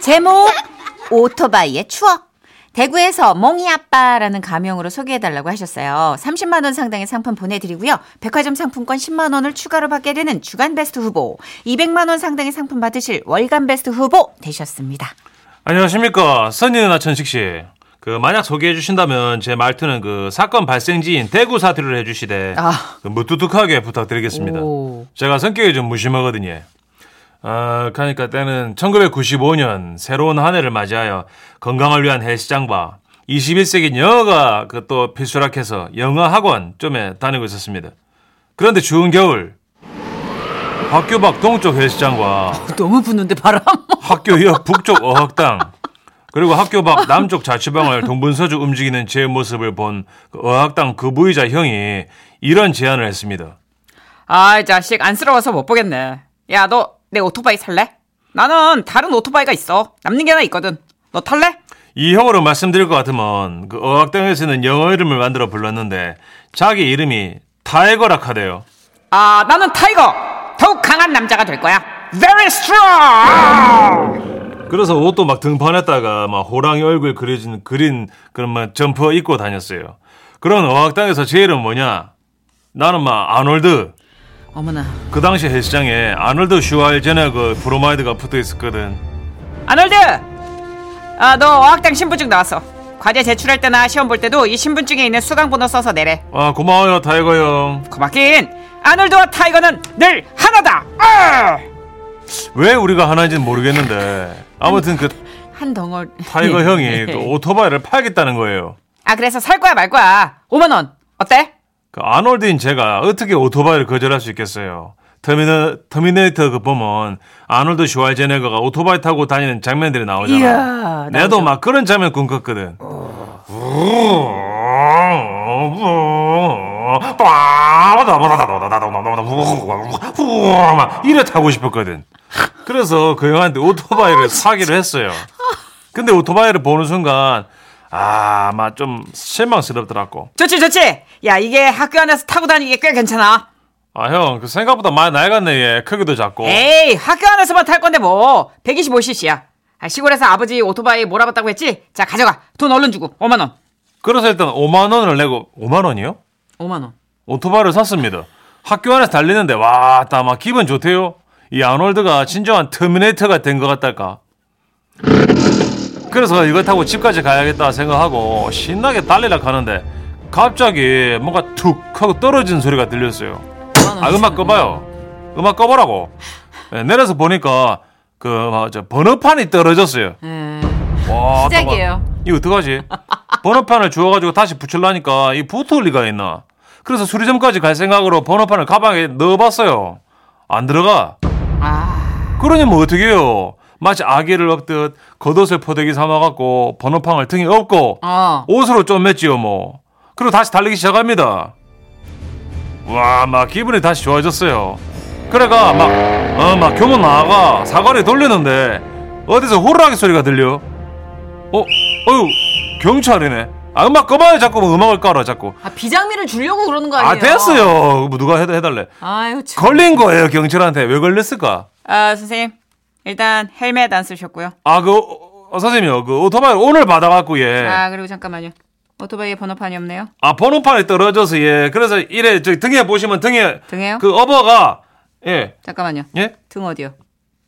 제목 오토바이의 추억. 대구에서 몽이 아빠라는 가명으로 소개해달라고 하셨어요. 30만 원 상당의 상품 보내드리고요. 백화점 상품권 10만 원을 추가로 받게 되는 주간 베스트 후보, 200만 원 상당의 상품 받으실 월간 베스트 후보 되셨습니다. 안녕하십니까 선희 누나 천식 씨. 그 만약 소개해 주신다면 제 말투는 그 사건 발생지인 대구 사투리를 해주시되 아. 그 무뚝뚝하게 부탁드리겠습니다. 오. 제가 성격이 좀 무심하거든요. 아, 그러니까 때는 1995년 새로운 한 해를 맞이하여 건강을 위한 헬스장과 21세기 영어가 그 또 필수락해서 영어 학원 좀에 다니고 있었습니다. 그런데 추운 겨울 학교 밖 동쪽 헬스장과 너무 부는데 바람? 학교 옆 북쪽 어학당 그리고 학교 밖 남쪽 자취방을 동분서주 움직이는 제 모습을 본그 어학당 그 부의자 형이 이런 제안을 했습니다. 아, 이 자식 안쓰러워서 못 보겠네. 야, 너 내 오토바이 살래? 나는 다른 오토바이가 있어. 남는 게 하나 있거든. 너 탈래? 이 형으로 말씀드릴 것 같으면 그 어학당에서는 영어 이름을 만들어 불렀는데 자기 이름이 타이거락 하대요. 아, 나는 타이거. 더욱 강한 남자가 될 거야. Very strong. 그래서 옷도 막 등판했다가 막 호랑이 얼굴 그려진 그린 그런 막 점퍼 입고 다녔어요. 그런 어학당에서 제 이름 뭐냐? 나는 막 아놀드. 어머나. 그 당시 헬스장에 아놀드 슈왈제네 그 브로마이드가 붙어 있었거든. 아놀드. 아, 너 어학당 신분증 나왔어. 과제 제출할 때나 시험 볼 때도 이 신분증에 있는 수강 번호 써서 내래. 아 고마워요 타이거 형. 고맙긴. 아놀드와 타이거는 늘 하나다. 아! 왜 우리가 하나인지는 모르겠는데 아무튼 그 한 덩어리. 예. 타이거 형이 그 오토바이를 팔겠다는 거예요. 아, 그래서 살 거야 말 거야. 5만 원. 어때? 그 아놀드인 제가 어떻게 오토바이를 거절할 수 있겠어요? 터미네, 터미네이터 그 보면 아놀드 슈왈제네거가 오토바이 타고 다니는 장면들이 나오잖아. 이야, 나도 막 그런 장면 꿈꿨거든. 막 이래 타고 싶었거든. 그래서 그 형한테 오토바이를 사기로 했어요. 근데 오토바이를 보는 순간 아, 막 좀 실망스럽더라고. 좋지 좋지 야 이게 학교 안에서 타고 다니기 꽤 괜찮아 아, 형, 그 생각보다 많이 낡았네, 얘. 크기도 작고. 에이 학교 안에서만 탈 건데 뭐 125cc야 시골에서 아버지 오토바이 몰아봤다고 했지 자 가져가 돈 얼른 주고 5만원 그래서 일단 5만원을 내고, 5만원이요? 5만원 오토바이를 샀습니다. 학교 안에서 달리는데, 와, 다막 기분 좋대요. 이 아놀드가 진정한 터미네이터가 된 것 같달까. 그래서 이거 타고 집까지 가야겠다 생각하고, 신나게 달리려 가는데, 갑자기 뭔가 툭 하고 떨어진 소리가 들렸어요. 아, 음악 꺼봐요. 음악 꺼보라고. 예, 내려서 보니까, 그, 막, 저, 번호판이 떨어졌어요. 네. 와, 시작이에요. 잠깐만. 이거 어떡하지? 번호판을 주워가지고 다시 붙일라니까 이 붙을 리가 있나? 그래서 수리점까지 갈 생각으로 번호판을 가방에 넣어봤어요. 안 들어가. 아, 그러니 뭐 어떻게 해요? 마치 아기를 업듯 겉옷을 포대기 삼아갖고 번호판을 등에 업고 어. 옷으로 쪼맸지요 뭐. 그리고 다시 달리기 시작합니다. 와, 막 기분이 다시 좋아졌어요. 그래가 막, 어, 막 교문 나가 사거리 돌리는데 어디서 호루라기 소리가 들려. 어, 어유 경찰이네. 아, 음악 꺼봐요 자꾸 뭐 음악을 깔아 자꾸. 아, 비장미를 주려고 그러는 거 아니에요? 아, 됐어요. 뭐 누가 해, 해달래. 아유, 참. 걸린 거예요 경찰한테 왜 걸렸을까? 아 선생님 일단 헬멧 안 쓰셨고요 아, 그 어, 어, 선생님요, 그 오토바이 오늘 받아갖고 예. 아 그리고 잠깐만요 오토바이에 번호판이 없네요 아 번호판이 떨어져서 예 그래서 이래 저 등에 보시면 등에 등에요? 그 어버가 예예 잠깐만요 등 어디요?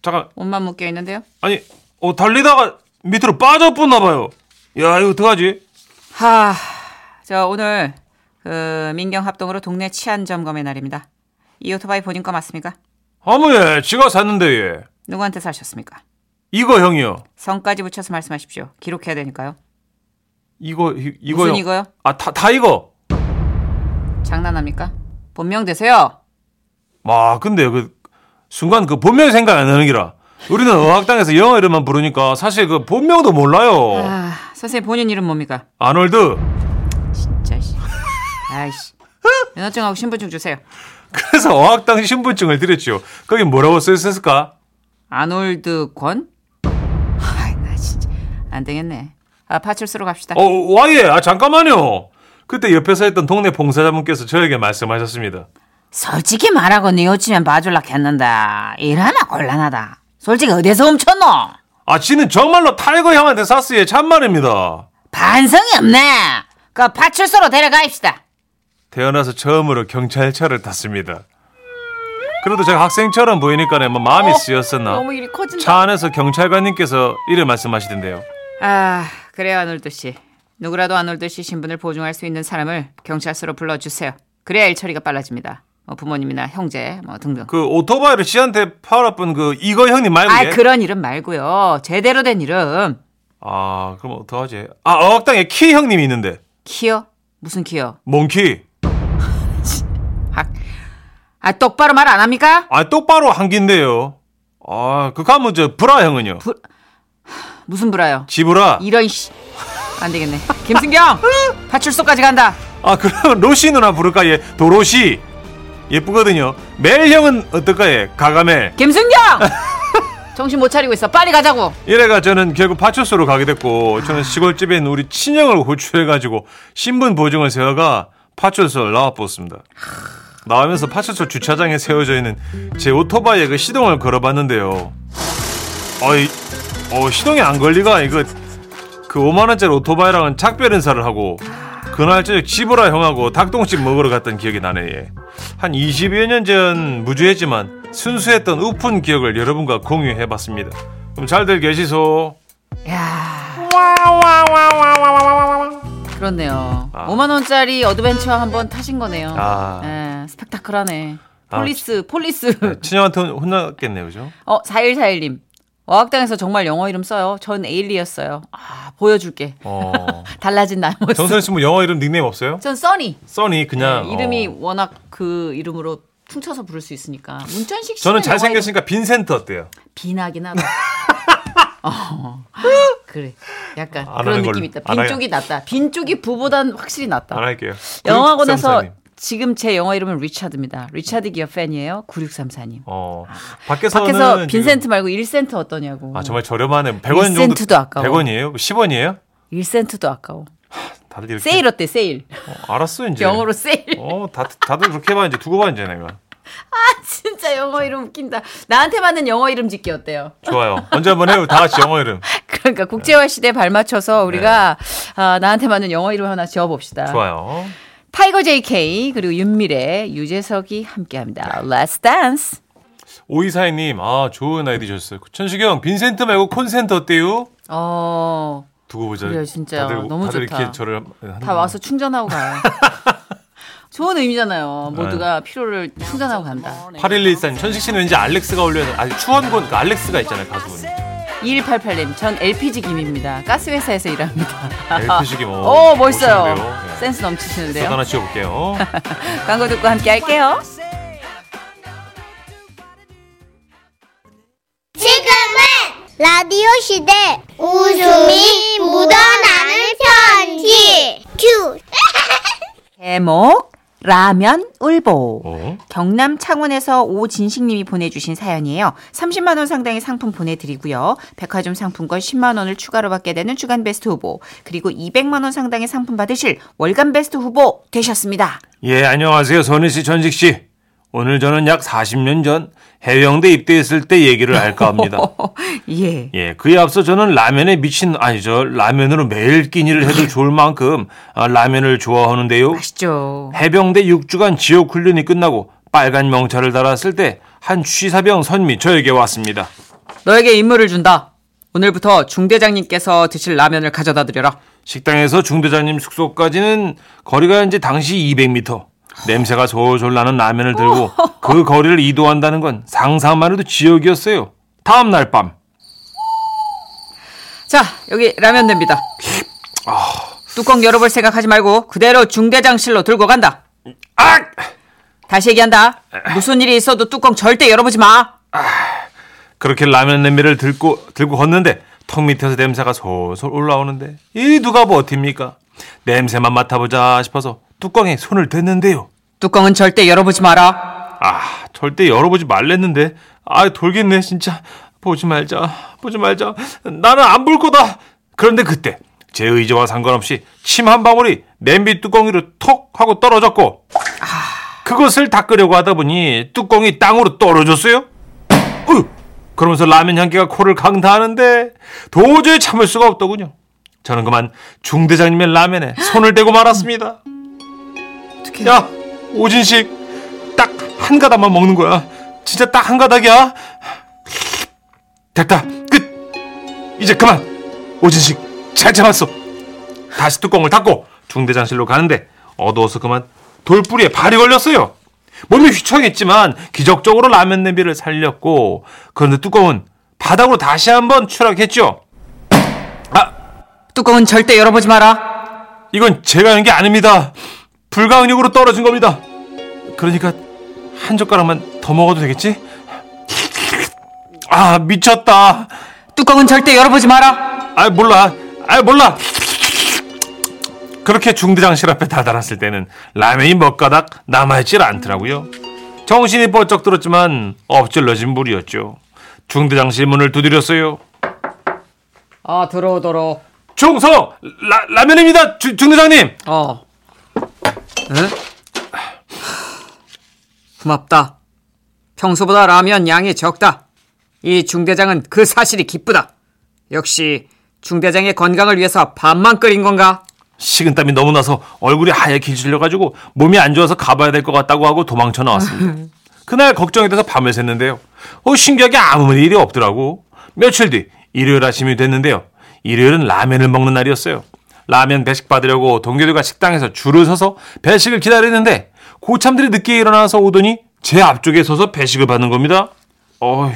잠깐 옷만 묶여 있는데요 아니 어 달리다가 밑으로 빠져붙나 봐요 야 이거 어떡하지 하저 오늘 그 민경합동으로 동네 치안 점검의 날입니다 이 오토바이 본인 거 맞습니까? 아무 예 지가 샀는데 예 누구한테 사셨습니까? 이거 형이요 성까지 붙여서 말씀하십시오. 기록해야 되니까요. 이거 이, 이거 무슨 이거요? 아다 다 이거 장난합니까? 본명 되세요. 와 근데 그 순간 그 본명이 생각 안 나는 기라 우리는 어학당에서 영어 이름만 부르니까 사실 그 본명도 몰라요 아, 선생님 본인 이름 뭡니까? 아놀드 진짜 씨. 아이씨. 면허증하고 신분증 주세요. 그래서 어학당 신분증을 드렸죠 거기 뭐라고 써 있었을까 아놀드 권? 아이 나 진짜 안 되겠네. 아 파출소로 갑시다. 어, 와예, 아, 잠깐만요. 그때 옆에서 했던 동네 봉사자분께서 저에게 말씀하셨습니다. 솔직히 말하고 네 어찌면 봐줄라 했는데 일하나 곤란하다. 솔직히 어디서 훔쳤노? 아, 지는 정말로 타이거 형한테 샀어요. 참말입니다. 반성이 없네. 그 파출소로 데려가입시다. 태어나서 처음으로 경찰차를 탔습니다. 그래도 제가 학생처럼 보이니까 뭐 마음이 쓰였었나. 어, 너무 일이 커진다. 차 안에서 경찰관님께서 이를 말씀하시던데요. 아, 그래요, 아놀드 씨. 누구라도 아놀드 씨 신분을 보증할 수 있는 사람을 경찰서로 불러주세요. 그래야 일 처리가 빨라집니다. 뭐 부모님이나 형제, 뭐 등등. 그 오토바이를 씨한테 팔아뿐 그 이거 형님 말고. 아, 예? 그런 이름 말고요. 제대로 된 이름. 아, 그럼 어떡하지? 아, 어학당에 키 형님이 있는데. 키요? 무슨 키요? 몽키. 아, 아 똑바로 말 안 합니까? 아, 똑바로 한 기인데요. 아, 그 가면 저 브라 형은요. 무슨 불화요? 지브라. 이런 씨. 안 되겠네. 김승경! 파출소까지 간다. 아, 그러면 로시 누나 부를까? 예, 도로시. 예쁘거든요. 멜 형은 어떨까? 예, 가가멜. 김승경! 정신 못 차리고 있어. 빨리 가자고. 이래가 저는 결국 파출소로 가게 됐고 저는 시골집에 있는 우리 친형을 호출해가지고 신분 보증을 세워가 파출소를 나와보았습니다. 나오면서 파출소 주차장에 세워져 있는 제 오토바이에 그 시동을 걸어봤는데요. 아이, 어 시동이 안 걸리가 이거 그 5만 원짜리 오토바이랑은 작별 인사를 하고 그날 저녁 집으라 형하고 닭똥집 먹으러 갔던 기억이 나네. 예. 한 20여 년 전 무주했지만 순수했던 우픈 기억을 여러분과 공유해봤습니다. 그럼 잘들 계시소. 야 그렇네요. 아. 5만 원짜리 어드벤처 한번 타신 거네요. 아. 예, 스펙타클하네. 아, 네. 폴리스, 폴리스. 친형한테 혼- 혼났겠네요, 그죠? 어, 4141님. 어학당에서 정말 영어 이름 써요. 전 에일리였어요. 아, 보여줄게. 어. 달라진 나 모습. 정선이 씨뭐 영어 이름 닉네임 없어요? 전 써니. 써니 그냥 네, 이름이 어. 워낙 그 이름으로 퉁쳐서 부를 수 있으니까. 문천식 씨. 저는 잘생겼으니까 빈센트 어때요? 비나긴 하다. 어, 그래. 약간 안 그런 하는 걸로. 느낌 있다. 안 빈 하게- 쪽이 낫다. 빈 쪽이 부보단 확실히 낫다. 안 할게요. 아. 영화관에서 9634님. 지금 제 영화 이름은 리차드입니다. 리차드 기어 팬이에요. 9634님. 어. 밖에서는 밖에서 지금- 빈센트 말고 1센트 어떠냐고. 아 정말 저렴하네. 100원 정도. 일센트도 아까워. 100원이에요? 10원이에요? 1센트도 아까워. 다들 이렇게 세일 어때? 세일. 어, 알았어 이제. 영어로 세일. 어, 다, 다들 그렇게 해봐 이제 두고 봐 이제 내가. 진짜 영어 이름 웃긴다. 나한테 맞는 영어 이름 짓기 어때요? 좋아요. 언제 한번 해요. 다 같이 영어 이름. 그러니까 네. 국제화 시대에 발맞춰서 우리가 아, 나한테 맞는 영어 이름 하나 지어봅시다. 좋아요. 타이거 JK 그리고 윤미래, 유재석이 네. 함께합니다. Let's Dance. 오이사이님, 아 좋은 아이디 주셨어요. 천식이 형, 빈센트 말고 콘센트 어때요? 어, 두고 보자. 그래요, 진짜. 다들, 너무 다들 좋다. 이렇게 저를 하는 다 와서 충전하고 가요. 좋은 의미잖아요. 네. 모두가 피로를 충전하고 간다. 8114님, 천식 씨는 왠지 알렉스가 어울려서 아주 추원곤 그 알렉스가 있잖아요, 가수분. 2188님, 전 LPG 김입니다. 가스회사에서 일합니다. LPG기 뭐. 오, 멋있어요. 멋있는데요. 예. 센스 저도 넘치시는데요. 하나 지어볼게요. 광고 듣고 함께 할게요. 지금은 라디오 시대 웃음이 묻어나는 편지 큐 제목 라면 울보. 어? 경남 창원에서 오진식님이 보내주신 사연이에요. 30만 원 상당의 상품 보내드리고요. 백화점 상품권 10만 원을 추가로 받게 되는 주간 베스트 후보 그리고 200만 원 상당의 상품 받으실 월간 베스트 후보 되셨습니다. 예, 안녕하세요. 선희 씨, 천식 씨. 오늘 저는 약 40년 전 해병대 입대했을 때 얘기를 할까 합니다. 예. 예, 그에 앞서 저는 라면에 미친 아니죠. 라면으로 매일 끼니를 해도 좋을 만큼 아, 라면을 좋아하는데요. 아시죠? 해병대 6주간 지역 훈련이 끝나고 빨간 명찰을 달았을 때 한 취사병 선미 저에게 왔습니다. 너에게 임무를 준다. 오늘부터 중대장님께서 드실 라면을 가져다 드려라. 식당에서 중대장님 숙소까지는 거리가 이제 당시 200m. 냄새가 솔솔 나는 라면을 들고 그 거리를 이동한다는 건 상상만 해도 지옥이었어요. 다음 날 밤. 자, 여기 라면 됩니다. 뚜껑 열어볼 생각하지 말고 그대로 중대장실로 들고 간다. 악! 다시 얘기한다. 무슨 일이 있어도 뚜껑 절대 열어보지 마. 그렇게 라면 냄비를 들고 들고 걷는데 턱 밑에서 냄새가 솔솔 올라오는데 이 누가 버팁니까? 냄새만 맡아보자 싶어서 뚜껑에 손을 댔는데요. 뚜껑은 절대 열어보지 마라. 아 절대 열어보지 말랬는데 아 돌겠네 진짜 보지 말자 보지 말자 나는 안 볼 거다 그런데 그때 제 의지와 상관없이 침 한 방울이 냄비 뚜껑으로 톡 하고 떨어졌고 그것을 닦으려고 하다 보니 뚜껑이 땅으로 떨어졌어요 으! 그러면서 라면 향기가 코를 강타하는데 도저히 참을 수가 없더군요. 저는 그만 중대장님의 라면에 손을 대고 말았습니다. 야, 오진식, 딱 한 가닥만 먹는 거야. 진짜 딱 한 가닥이야. 됐다, 끝. 이제 그만. 오진식, 잘 참았어. 다시 뚜껑을 닫고 중대장실로 가는데 어두워서 그만 돌뿌리에 발이 걸렸어요. 몸이 휘청했지만 기적적으로 라면 냄비를 살렸고 그런데 뚜껑은 바닥으로 다시 한번 추락했죠. 아, 뚜껑은 절대 열어보지 마라. 이건 제가 한 게 아닙니다. 불가항력으로 떨어진 겁니다. 그러니까 한 젓가락만 더 먹어도 되겠지? 아 미쳤다. 뚜껑은 절대 열어보지 마라. 아 몰라. 아 몰라. 그렇게 중대장실 앞에 다다랐을 때는 라면이 몇 가닥 남아있질 않더라고요. 정신이 번쩍 들었지만 엎질러진 물이었죠. 중대장실 문을 두드렸어요. 아 들어오도록. 중서 라, 라면입니다. 주- 중대장님. 어. 에? 고맙다. 평소보다 라면 양이 적다. 이 중대장은 그 사실이 기쁘다. 역시 중대장의 건강을 위해서 밥만 끓인 건가? 식은땀이 너무 나서 얼굴이 하얗게 질려가지고 몸이 안 좋아서 가봐야 될 것 같다고 하고 도망쳐 나왔습니다. 그날 걱정이 돼서 밤을 샜는데요. 어, 신기하게 아무 일이 없더라고. 며칠 뒤 일요일 아침이 됐는데요. 일요일은 라면을 먹는 날이었어요. 라면 배식 받으려고 동료들과 식당에서 줄을 서서 배식을 기다리는데 고참들이 늦게 일어나서 오더니 제 앞쪽에 서서 배식을 받는 겁니다. 어휴,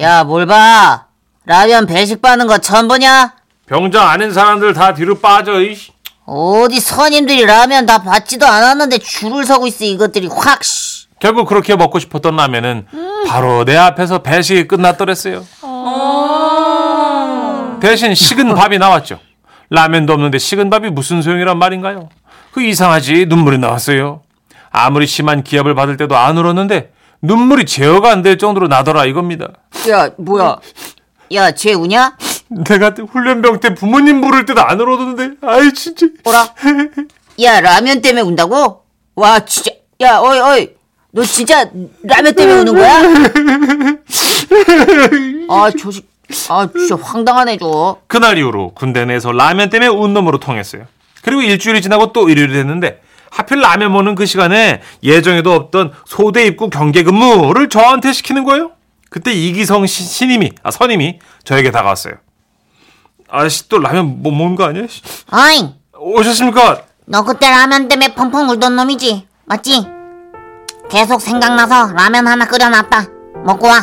야, 뭘 봐. 라면 배식 받는 거 처음 보냐? 병장 아닌 사람들 다 뒤로 빠져. 이씨. 어디 선임들이 라면 다 받지도 않았는데 줄을 서고 있어, 이것들이 확, 씨. 결국 그렇게 먹고 싶었던 라면은 바로 내 앞에서 배식이 끝났더랬어요. 어. 대신 식은 밥이 나왔죠. 라면도 없는데 식은 밥이 무슨 소용이란 말인가요? 그 이상하지 눈물이 나왔어요. 아무리 심한 기합을 받을 때도 안 울었는데 눈물이 제어가 안 될 정도로 나더라 이겁니다. 야 뭐야? 야, 쟤 우냐? 내가 훈련병 때 부모님 부를 때도 안 울었는데 아이 진짜 뭐라? 야, 라면 때문에 운다고? 와, 진짜. 야, 어이, 어이. 너 진짜 라면 때문에 우는 거야? 아, 조식. 아, 진짜 황당하네, 저. 그날 이후로 군대 내에서 라면 때문에 운 놈으로 통했어요. 그리고 일주일이 지나고 또 일요일이 됐는데 하필 라면 먹는 그 시간에 예정에도 없던 소대 입구 경계 근무를 저한테 시키는 거예요. 그때 이기성 시- 신임이 아 선임이 저에게 다가왔어요. 아씨 또 라면 뭐 먹는 거 아니야? 씨. 어잉, 오셨습니까? 너 그때 라면 때문에 펑펑 울던 놈이지, 맞지? 계속 생각나서 라면 하나 끓여놨다. 먹고 와.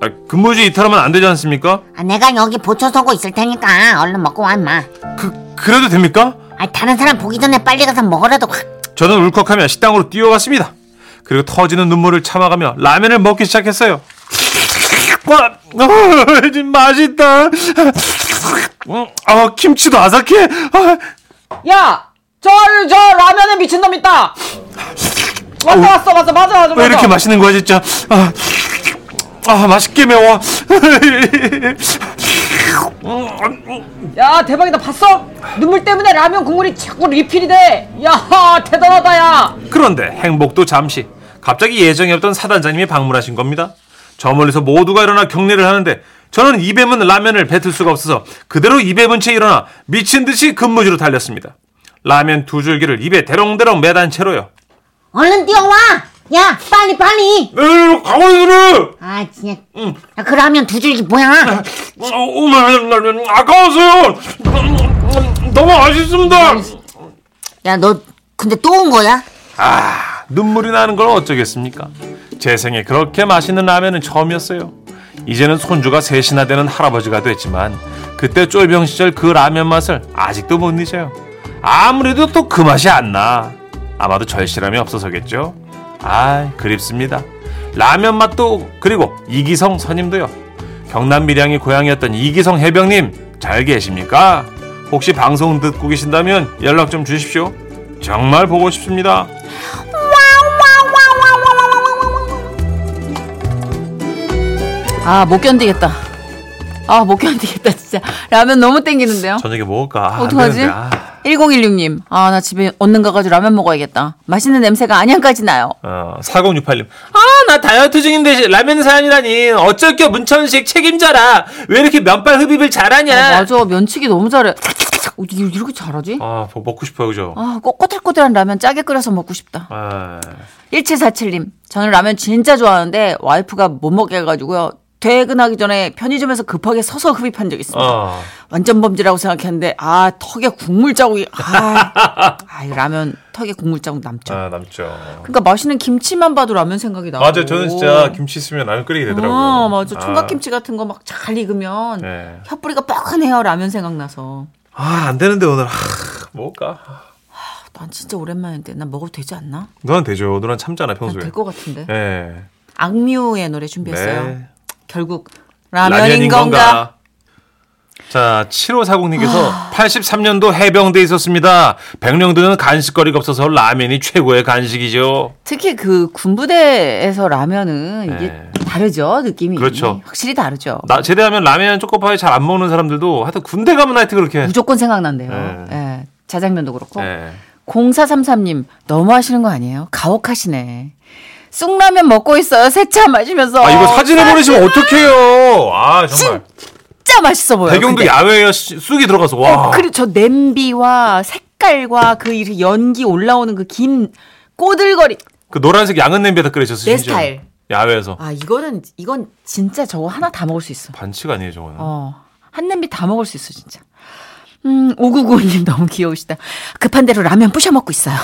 아, 근무지 이탈하면 안 되지 않습니까? 아, 내가 여기 보초 서고 있을 테니까 얼른 먹고 와, 임마. 그 그래도 됩니까? 아, 다른 사람 보기 전에 빨리 가서 먹으라도 확. 저는 울컥하며 식당으로 뛰어갔습니다. 그리고 터지는 눈물을 참아가며 라면을 먹기 시작했어요. 와, 어, 진짜 맛있다. 음, 아, 김치도 아삭해. 아, 야 저저 저 라면에 미친 놈 있다. 왔어 왔어 왔어 맞아 맞아 왜 이렇게 맛있는 거야 진짜? 아, 아 맛있게 매워. 야 대박이다 봤어? 눈물 때문에 라면 국물이 자꾸 리필이 돼. 야 대단하다 야. 그런데 행복도 잠시. 갑자기 예정이 없던 사단장님이 방문하신 겁니다. 저 멀리서 모두가 일어나 경례를 하는데 저는 입에 문 라면을 뱉을 수가 없어서 그대로 입에 문 채 일어나 미친 듯이 근무지로 달렸습니다. 라면 두 줄기를 입에 대롱대롱 매단 채로요. 얼른 뛰어와! 야, 빨리, 빨리! 네, 강원수를 아, 진짜. 야, 그 라면 두 줄기 뭐야? 네. 아까웠어요. 너무 아쉽습니다. 야, 너 근데 또 온 거야? 아, 눈물이 나는 걸 어쩌겠습니까? 제 생에 그렇게 맛있는 라면은 처음이었어요. 이제는 손주가 셋이나 되는 할아버지가 됐지만 그때 쫄병 시절 그 라면 맛을 아직도 못 잊어요. 아무래도 또 그 맛이 안 나. 아마도 절실함이 없어서겠죠. 아, 그립습니다. 라면 맛도 그리고 이기성 선임도요. 경남 밀양이 고향이었던 이기성 해병님 잘 계십니까? 혹시 방송 듣고 계신다면 연락 좀 주십시오. 정말 보고 싶습니다. 아 못 견디겠다. 아 못 견디겠다 진짜 라면 너무 땡기는데요. 저녁에 먹을까? 안 어떡하지? 되는데, 아. 1016님, 아, 나 집에 언능 가가지고 라면 먹어야겠다. 맛있는 냄새가 안양까지 나요. 어, 4068님. 아, 나 다이어트 중인데 라면 사연이라니. 어쩔 겨 문천식 책임져라. 왜 이렇게 면발 흡입을 아, 잘하냐. 맞아, 면치기 너무 잘해. 어, 이거 이렇게 잘하지? 아, 뭐 먹고 싶어요, 그죠? 아, 꼬- 꼬들꼬들한 라면 짜게 끓여서 먹고 싶다. 아, 1747님, 저는 라면 진짜 좋아하는데 와이프가 못 먹게 해가지고요. 퇴근하기 전에 편의점에서 급하게 서서 흡입한 적이 있습니다. 어. 완전 범죄라고 생각했는데 아 턱에 국물 자국이 아, 아, 이 라면 턱에 국물 자국 남죠. 아, 남죠. 그러니까 맛있는 김치만 봐도 라면 생각이 나고. 맞아요. 저는 진짜 김치 있으면 라면 끓이게 되더라고요. 아, 맞아. 총각김치 같은 거 막 잘 익으면 네. 혀뿌리가 뻐근해요. 라면 생각나서. 아, 안 되는데 오늘. 아, 먹을까? 아, 난 진짜 오랜만인데 난 먹어도 되지 않나? 너는 되죠. 너는 참잖아, 평소에. 난 될 것 같은데. 예. 악뮤의 노래 준비했어요. 네. 결국 라면인 건가? 자, 7540님께서 아. 83년도 해병대에 있었습니다. 백령도는 간식거리가 없어서 라면이 최고의 간식이죠. 특히 그 군부대에서 라면은 이게 네. 다르죠 느낌이 그렇죠. 확실히 다르죠. 나 제대하면 라면 초코파이 잘 안 먹는 사람들도 하여튼 군대 가면 하여튼 그렇게. 무조건 생각난대요. 네. 예, 자장면도 그렇고. 예. 0433님 너무 하시는 거 아니에요? 가혹하시네. 쑥라면 먹고 있어요. 새차 마시면서. 아, 이거 사진을 보내시면 어떡해요. 아, 정말. 진짜 맛있어 보여요. 배경도 근데. 네, 야외에 시- 쑥이 들어가서 와. 그리고 저 냄비와 색깔과 그 이렇게 연기 올라오는 그 긴 꼬들거리. 그 노란색 양은 냄비에다 끓이셨어요. 내 심지어. 스타일. 야외에서. 아 이거는 이건 진짜 저거 하나 다 먹을 수 있어. 반칙 아니에요, 저거는. 어. 한 냄비 다 먹을 수 있어, 진짜. 음, 5995님 너무 귀여우시다. 급한 대로 라면 부셔 먹고 있어요.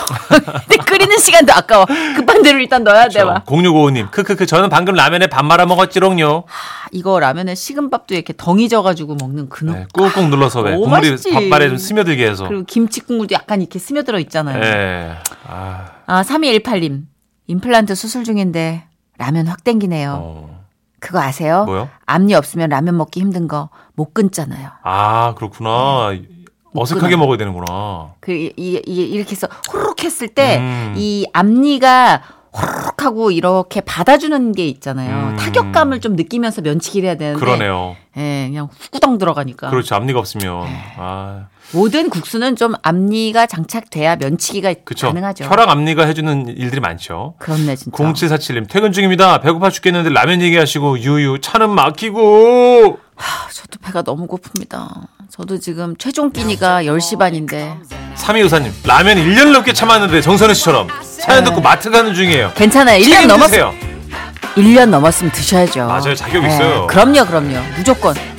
근데 끓이는 시간도 아까워. 급한 대로 일단 넣어야 돼, 막. 0655님, 크크크, 저는 방금 라면에 밥 말아 먹었지롱요. 이거 라면에 식은 밥도 이렇게 덩이 져가지고 먹는 그놈. 네, 꾹꾹 눌러서 왜 오, 국물이 어, 맛있지. 밥발에 좀 스며들게 해서. 그리고 김치 국물도 약간 이렇게 스며들어 있잖아요. 예. 아, 아, 3218님. 임플란트 수술 중인데 라면 확 땡기네요. 어. 그거 아세요? 뭐요? 앞니 없으면 라면 먹기 힘든 거 못 끊잖아요. 아, 그렇구나. 네. 어색하게 끊어요. 먹어야 되는구나. 그, 이, 이, 이- 이렇게 해서 호로록 했을 때, 음. 이 앞니가 호로록 하고 이렇게 받아주는 게 있잖아요. 음. 타격감을 좀 느끼면서 면치기를 해야 되는데. 그러네요. 예, 그냥 후구덩 들어가니까. 그렇지, 앞니가 없으면. 네. 아, 모든 국수는 좀 앞니가 장착돼야 면치기가 그쵸. 가능하죠. 혈압 앞니가 해주는 일들이 많죠. 그렇네, 진짜. 아, 0747님, 퇴근 중입니다. 배고파 죽겠는데 라면 얘기하시고, 유유, 차는 막히고. 아, 저도 배가 너무 고픕니다. 저도 지금 최종 끼니가 10시 반인데. 3위 의사님, 라면 1년 넘게 참았는데, 정선우 씨처럼. 사연 네. 듣고 마트 가는 중이에요. 괜찮아요. 1년 넘었, 책임지세요. 1년 넘었으면 드셔야죠. 예, 맞아요. 자격 있어요. 그럼요, 그럼요. 무조건.